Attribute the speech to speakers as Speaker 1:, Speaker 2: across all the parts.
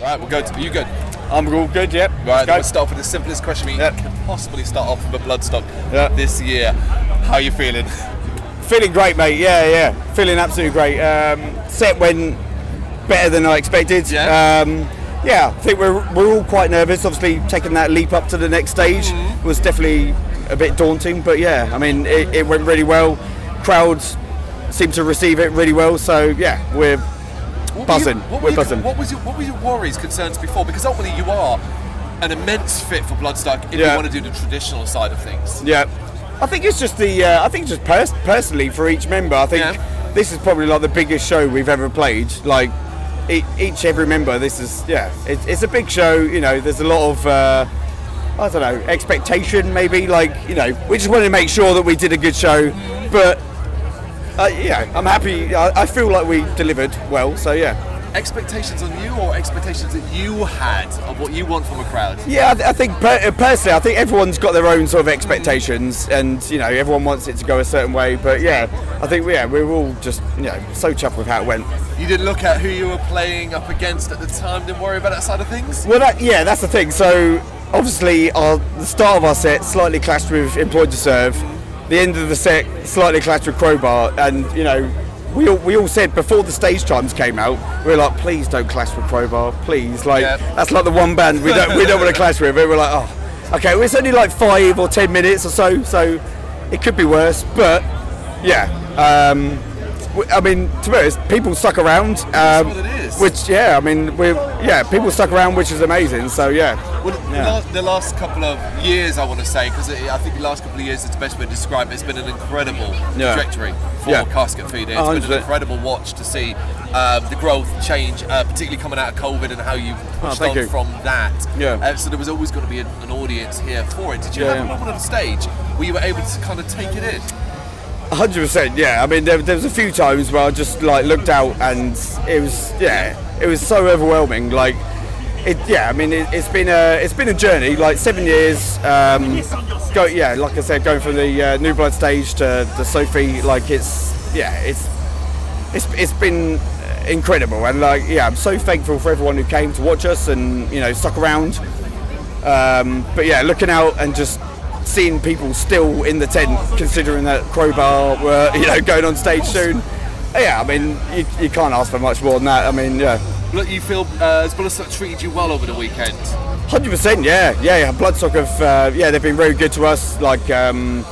Speaker 1: All right, we're good. Are you good?
Speaker 2: I'm all good, yep.
Speaker 1: Right,
Speaker 2: Let's
Speaker 1: let's
Speaker 2: go.
Speaker 1: start off with the simplest question we
Speaker 2: Yep.
Speaker 1: can possibly start off with a bloodstock
Speaker 2: Yep.
Speaker 1: this year. How are you feeling?
Speaker 2: Feeling great, mate. Yeah, yeah. Feeling absolutely great. Um, set went better than I expected.
Speaker 1: Yeah.
Speaker 2: Um, yeah, I think we're, we're all quite nervous. Obviously, taking that leap up to the next stage
Speaker 1: Mm-hmm.
Speaker 2: was definitely a bit daunting, but yeah, I mean, it, it went really well. Crowds seemed to receive it really well, so yeah, we're
Speaker 1: What were
Speaker 2: Buzzing.
Speaker 1: you- what
Speaker 2: We're
Speaker 1: were you-
Speaker 2: buzzing.
Speaker 1: What was your What were your worries, concerns before? Because ultimately, you are an immense fit for bloodstock if
Speaker 2: Yeah.
Speaker 1: you want to do the traditional side of things.
Speaker 2: Yeah, I think it's just the. Uh, I think just pers- personally for each member, I think
Speaker 1: Yeah.
Speaker 2: this is probably like the biggest show we've ever played. Like e- each every member, this is yeah, it, it's a big show. You know, there's a lot of. Uh, I don't know, expectation maybe, like, you know, we just wanted to make sure that we did a good show, but, uh, yeah, I'm happy, I, I feel like we delivered well, so yeah.
Speaker 1: Expectations on you, or expectations that you had of what you want from a crowd.
Speaker 2: Yeah, I, th- I think per- uh, personally, I think everyone's got their own sort of expectations, and you know, everyone wants it to go a certain way. But yeah, I think yeah, we're all just you know so chuffed with how it went.
Speaker 1: You didn't look at who you were playing up against at the time. Didn't worry about that side of things.
Speaker 2: Well, that, yeah, that's the thing. So obviously, our the start of our set slightly clashed with Employed to Serve. The end of the set slightly clashed with Crowbar, and you know, we all, we all said before the stage times came out, we were like, please don't clash with Crowbar, please. Like
Speaker 1: Yeah.
Speaker 2: that's like the one band we don't we don't want to clash with. We were like, oh, okay, well, it's only like five or ten minutes or so, so it could be worse. But yeah, um, w- I mean, to be honest, people stuck around. Um,
Speaker 1: what it is.
Speaker 2: Which yeah, I mean, we yeah, people stuck around, which is amazing. So yeah,
Speaker 1: Well, the,
Speaker 2: Yeah.
Speaker 1: last, the last couple of years, I want to say, because I think the last couple of years is the best way to describe it. It's been an incredible
Speaker 2: Yeah.
Speaker 1: trajectory for
Speaker 2: Yeah.
Speaker 1: Casket Feeder. It's been
Speaker 2: 100%.
Speaker 1: an incredible watch to see um, the growth, change, uh, particularly coming out of COVID and how you pushed
Speaker 2: Oh, thank
Speaker 1: on
Speaker 2: you.
Speaker 1: from that.
Speaker 2: Yeah.
Speaker 1: Uh, so there was always going to be an, an audience here for it. Did you
Speaker 2: Yeah,
Speaker 1: have a
Speaker 2: yeah.
Speaker 1: moment on stage where you were able to kind of take it in?
Speaker 2: hundred percent. Yeah, I mean, there, there was a few times where I just like looked out, and it was yeah, it was so overwhelming. Like it, yeah, I mean, it, it's been a it's been a journey. Like seven years. Um, go yeah, like I said, going from the uh, New Blood stage to the Sophie. Like it's yeah, it's it's, it's been uh, incredible and like yeah i'm so thankful for everyone who came to watch us and you know stuck around um, but yeah looking out and just seeing people still in the tent considering that crowbar were you know going on stage soon yeah i mean you, you can't ask for much more than that i mean yeah
Speaker 1: Look, you feel uh, as well as treated you well over the weekend.
Speaker 2: Hundred percent, yeah, yeah, yeah. Bloodstock have, uh, yeah, they've been very good to us. Like, um,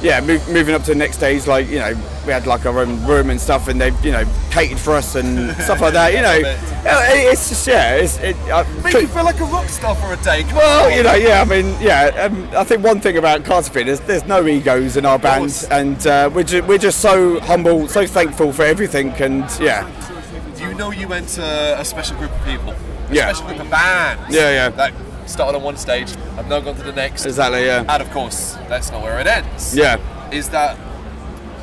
Speaker 2: yeah, move, moving up to the next stage, like you know, we had like our own room and stuff, and they've you know catered for us and stuff like that. You know,
Speaker 1: Love it.
Speaker 2: Yeah, it- it's just yeah, it's it. I,
Speaker 1: Make you feel like a rock star for a day. Come
Speaker 2: well,
Speaker 1: on.
Speaker 2: you know, yeah, I mean, yeah, um, I think one thing about Carterfit is there's no egos in our
Speaker 1: course.
Speaker 2: band, and uh, we're ju- we're just so humble, so thankful for everything, and yeah,
Speaker 1: you know you went to a special group of people, a
Speaker 2: Yeah.
Speaker 1: special group of bands.
Speaker 2: Yeah, yeah.
Speaker 1: That started on one stage, have now gone to the next,
Speaker 2: exactly, yeah,
Speaker 1: and of course, that's not where it ends.
Speaker 2: yeah.
Speaker 1: Is that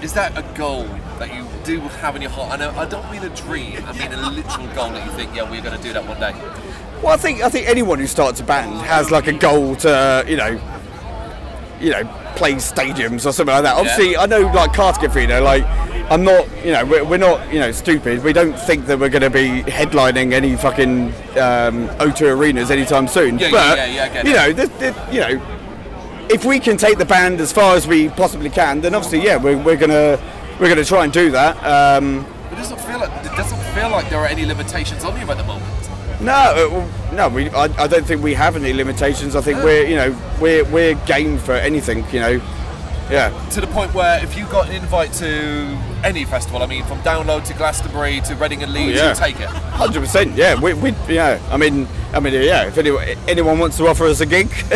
Speaker 1: is that a goal that you do have in your heart? I know I don't mean a dream. I mean a literal goal that you think, yeah, we're going to do that one day.
Speaker 2: Well, I think I think anyone who starts a band has like a goal to uh, you know, you know, play stadiums or something like that. Obviously, I know like Cardigan Frida, like I'm not, you know, we're, we're not, you know, stupid. We don't think that we're going to be headlining any fucking um, O2 arenas anytime soon.
Speaker 1: Yeah, yeah,
Speaker 2: but
Speaker 1: yeah, yeah, I get
Speaker 2: you
Speaker 1: it.
Speaker 2: know, th th you know, if we can take the band as far as we possibly can, then obviously, yeah, we're, we're gonna we're gonna try and do that. Um,
Speaker 1: But it doesn't feel like it doesn't feel like there are any limitations on you at the moment.
Speaker 2: No, uh, no, we, I, I don't think we have any limitations. I think we're, you know, we're we're game for anything, you know. Yeah,
Speaker 1: to the point where if you got an invite to any festival, I mean, from Download to Glastonbury to Reading and Leeds,
Speaker 2: Oh, yeah.
Speaker 1: you take it.
Speaker 2: hundred percent. Yeah, we, we, yeah. I mean, I mean, yeah. If anyone, anyone wants to offer us a gig,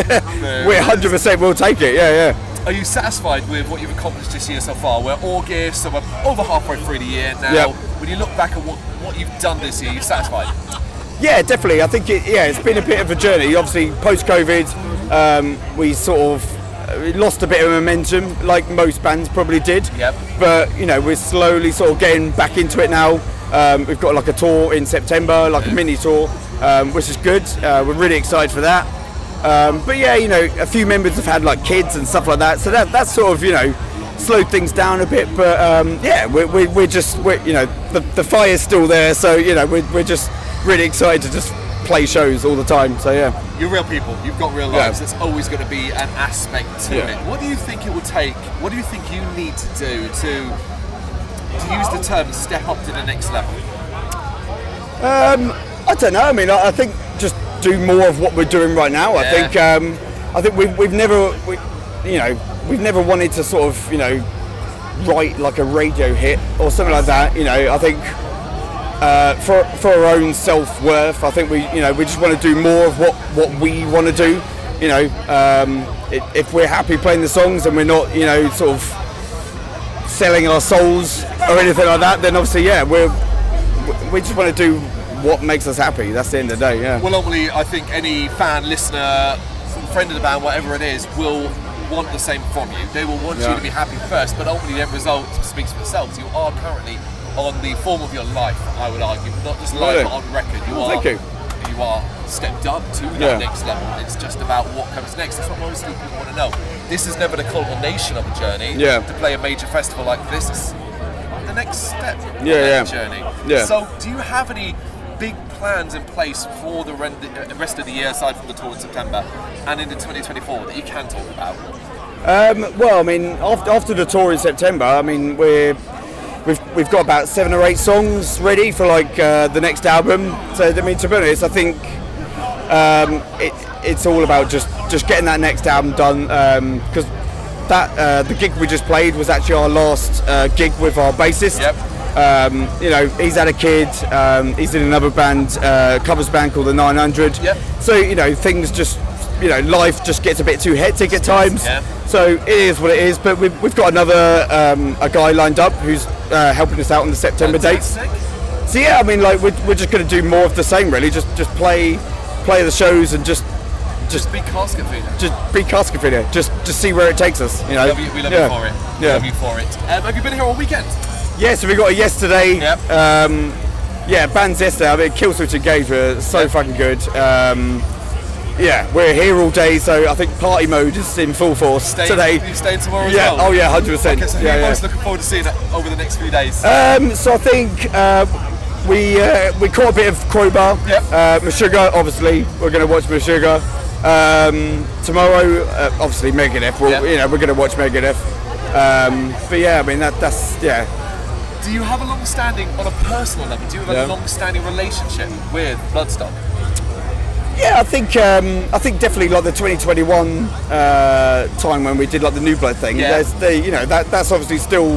Speaker 2: we're hundred percent. We'll take it. Yeah, yeah.
Speaker 1: Are you satisfied with what you've accomplished this year so far? We're August, so we're over halfway through the year now.
Speaker 2: Yep.
Speaker 1: When you look back at what, what you've done this year, you're satisfied?
Speaker 2: Yeah, definitely. I think it, yeah, it's been a bit of a journey. Obviously, post COVID, um, we sort of uh, we lost a bit of momentum, like most bands probably did.
Speaker 1: Yep.
Speaker 2: But you know, we're slowly sort of getting back into it now. Um, we've got like a tour in September, like a mini tour, um, which is good. Uh, we're really excited for that. Um, but yeah, you know, a few members have had like kids and stuff like that, so that that's sort of you know slowed things down a bit. But um, yeah, we're, we're, we're just we're, you know the, the fire's still there, so you know we're, we're just really excited to just play shows all the time. So yeah.
Speaker 1: You're real people. You've got real lives.
Speaker 2: Yeah.
Speaker 1: There's always going to be an aspect to
Speaker 2: Yeah.
Speaker 1: it. What do you think it will take? What do you think you need to do to to use the term step up to the next level?
Speaker 2: Um, I don't know. I mean, I, I think just do more of what we're doing right now. I
Speaker 1: Yeah.
Speaker 2: think um, I think we've, we've never, we, you know, we've never wanted to sort of, you know, write like a radio hit or something like that. You know, I think uh, for for our own self worth, I think we, you know, we just want to do more of what what we want to do. You know, um, i if we're happy playing the songs and we're not, you know, sort of selling our souls or anything like that, then obviously, yeah, we're we just want to do what makes us happy. That's the end of the day. Yeah.
Speaker 1: Well, ultimately, I think any fan, listener, friend of the band, whatever it is, will want the same from you. They will want you
Speaker 2: Yeah.
Speaker 1: to be happy first, but ultimately, the end result speaks for itself. You are currently on the form of your life, I would argue, not just live
Speaker 2: Really?
Speaker 1: but on record. You
Speaker 2: Oh,
Speaker 1: are.
Speaker 2: thank you.
Speaker 1: you are stepped up to that
Speaker 2: Yeah.
Speaker 1: next level. It's just about what comes next. That's what most people want to know. This is never the culmination of a journey.
Speaker 2: Yeah.
Speaker 1: To play a major festival like this, it's the next step. of
Speaker 2: Yeah,
Speaker 1: that
Speaker 2: yeah.
Speaker 1: Journey.
Speaker 2: Yeah.
Speaker 1: So do you have any big plans in place for the ren- the uh, rest of the year, aside from the tour in September, and into 2024 that you can talk about?
Speaker 2: Um, well, I mean, after, after the tour in September, I mean, we're we've, we've got about seven or eight songs ready for like uh, the next album. So I mean, to be honest, I think um, it, it's all about just just getting that next album done because that uh, the gig we just played was actually our last uh, gig with our bassist.
Speaker 1: Yep.
Speaker 2: Um, you know, he's had a kid. Um, he's in another band, uh, covers band called the 900.
Speaker 1: Yep.
Speaker 2: So you know, things just you know, life just gets a bit too hectic at times.
Speaker 1: Yeah.
Speaker 2: So it is what it is. But we've, we've got another um, a guy lined up who's uh, helping us out on the September dates.
Speaker 1: Fantastic.
Speaker 2: So yeah, I mean, like we're, we're just going to do more of the same, really. Just just play play the shows and just
Speaker 1: Just be casket feeder.
Speaker 2: just be casket video. Just just see where it takes us. You know.
Speaker 1: We love you, we love
Speaker 2: yeah.
Speaker 1: you for it. We
Speaker 2: Yeah.
Speaker 1: love you for it. Um, have you been here all weekend?
Speaker 2: Yeah. So we got it yesterday.
Speaker 1: Yep.
Speaker 2: Um, yeah, bands yesterday. I mean, Killswitch Engage were so fucking good. Um, yeah, we're here all day, so I think party mode is in full force
Speaker 1: Staying,
Speaker 2: today.
Speaker 1: You staying tomorrow
Speaker 2: Yeah.
Speaker 1: as well?
Speaker 2: Oh yeah, hundred percent.
Speaker 1: Okay, so who are
Speaker 2: yeah,
Speaker 1: you
Speaker 2: yeah.
Speaker 1: most looking forward to seeing over the next few days?
Speaker 2: Um, so I think uh, we uh, we caught a bit of Crowbar.
Speaker 1: Yep.
Speaker 2: Uh, Meshuggah, obviously, we're going to watch Meshuggah. Um, tomorrow, uh, obviously Megadeth. We'll,
Speaker 1: Yep.
Speaker 2: You know, we're going to watch Megadeth. Um, but yeah, I mean that that's yeah.
Speaker 1: do you have a long-standing, on a personal level, do you have
Speaker 2: Yeah.
Speaker 1: a long-standing relationship with Bloodstock?
Speaker 2: Yeah, I think um, I think definitely like the 2021 uh, time when we did like the new blood thing.
Speaker 1: Yeah.
Speaker 2: There's the you know that that's obviously still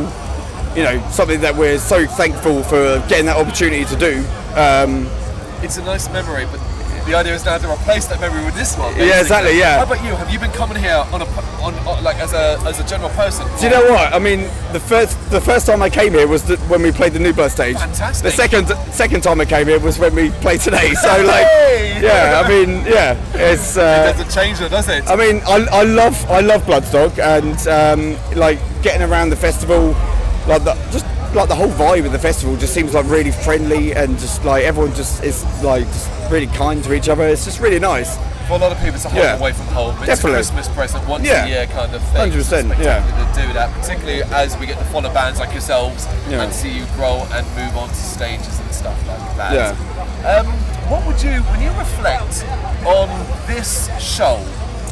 Speaker 2: you know something that we're so thankful for getting that opportunity to do. Um,
Speaker 1: It's a nice memory, but the idea is now to replace that memory with this one. basically.
Speaker 2: Yeah, exactly, yeah.
Speaker 1: How about you? Have you been coming here on a p- on, on like as a as a general person?
Speaker 2: Do you know what? I mean, the first the first time I came here was the, when we played the new birth stage.
Speaker 1: Fantastic.
Speaker 2: The second second time I came here was when we played today. So like,
Speaker 1: Hey!
Speaker 2: yeah, I mean, yeah, it's. Uh,
Speaker 1: Doesn't change it, does it?
Speaker 2: I mean, I, I love I love Bloodstock and um, like getting around the festival, like the, just like the whole vibe of the festival just seems like really friendly and just like everyone just is like just really kind to each other. It's just really nice.
Speaker 1: For a lot of people, it's a holiday
Speaker 2: Yeah.
Speaker 1: away from home. It's
Speaker 2: Definitely.
Speaker 1: a Christmas present, once
Speaker 2: Yeah.
Speaker 1: a year kind of thing.
Speaker 2: 100%,
Speaker 1: It's
Speaker 2: yeah.
Speaker 1: spectacular To do that, particularly as we get to follow bands like yourselves
Speaker 2: Yeah.
Speaker 1: and see you grow and move on to stages and stuff like that.
Speaker 2: Yeah.
Speaker 1: Um, what would you, when you reflect on this show,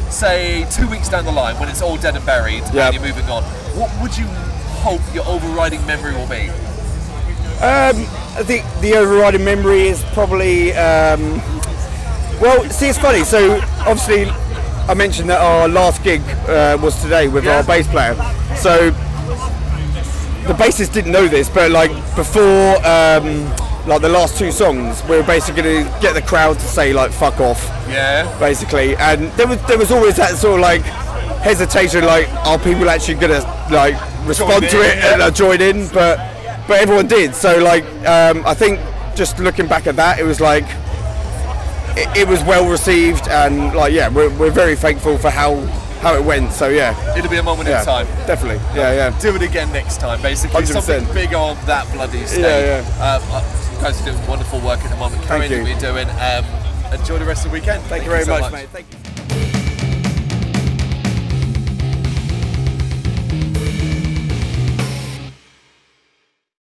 Speaker 1: say two weeks down the line when it's all dead and buried
Speaker 2: Yeah.
Speaker 1: and you're moving on, what would you hope your overriding memory will be?
Speaker 2: Um, I think the overriding memory is probably. Um, well, see, it's funny. So obviously, I mentioned that our last gig uh, was today with
Speaker 1: Yeah.
Speaker 2: our bass player. So the bassist didn't know this, but like before, um, like the last two songs, we were basically going to get the crowd to say like "fuck off,"
Speaker 1: Yeah.
Speaker 2: basically, and there was there was always that sort of like hesitation, like are people actually gonna like respond
Speaker 1: Join
Speaker 2: to
Speaker 1: in,
Speaker 2: it
Speaker 1: yeah.
Speaker 2: and uh, join in? But but everyone did. So like um, I think just looking back at that, it was like it, it was well received, and like yeah, we're, we're very thankful for how how it went. So yeah,
Speaker 1: It'll be a moment
Speaker 2: yeah,
Speaker 1: in time.
Speaker 2: definitely, yeah, yeah.
Speaker 1: do it again next time, basically.
Speaker 2: 100%.
Speaker 1: Something big on that bloody stage.
Speaker 2: Yeah,
Speaker 1: Um, uh, you guys are doing wonderful work at the moment. Carry
Speaker 2: Thank
Speaker 1: on doing
Speaker 2: you.
Speaker 1: what you're doing. Um, enjoy the rest of the weekend.
Speaker 2: Thank, you very
Speaker 1: so
Speaker 2: much, mate. Thank you.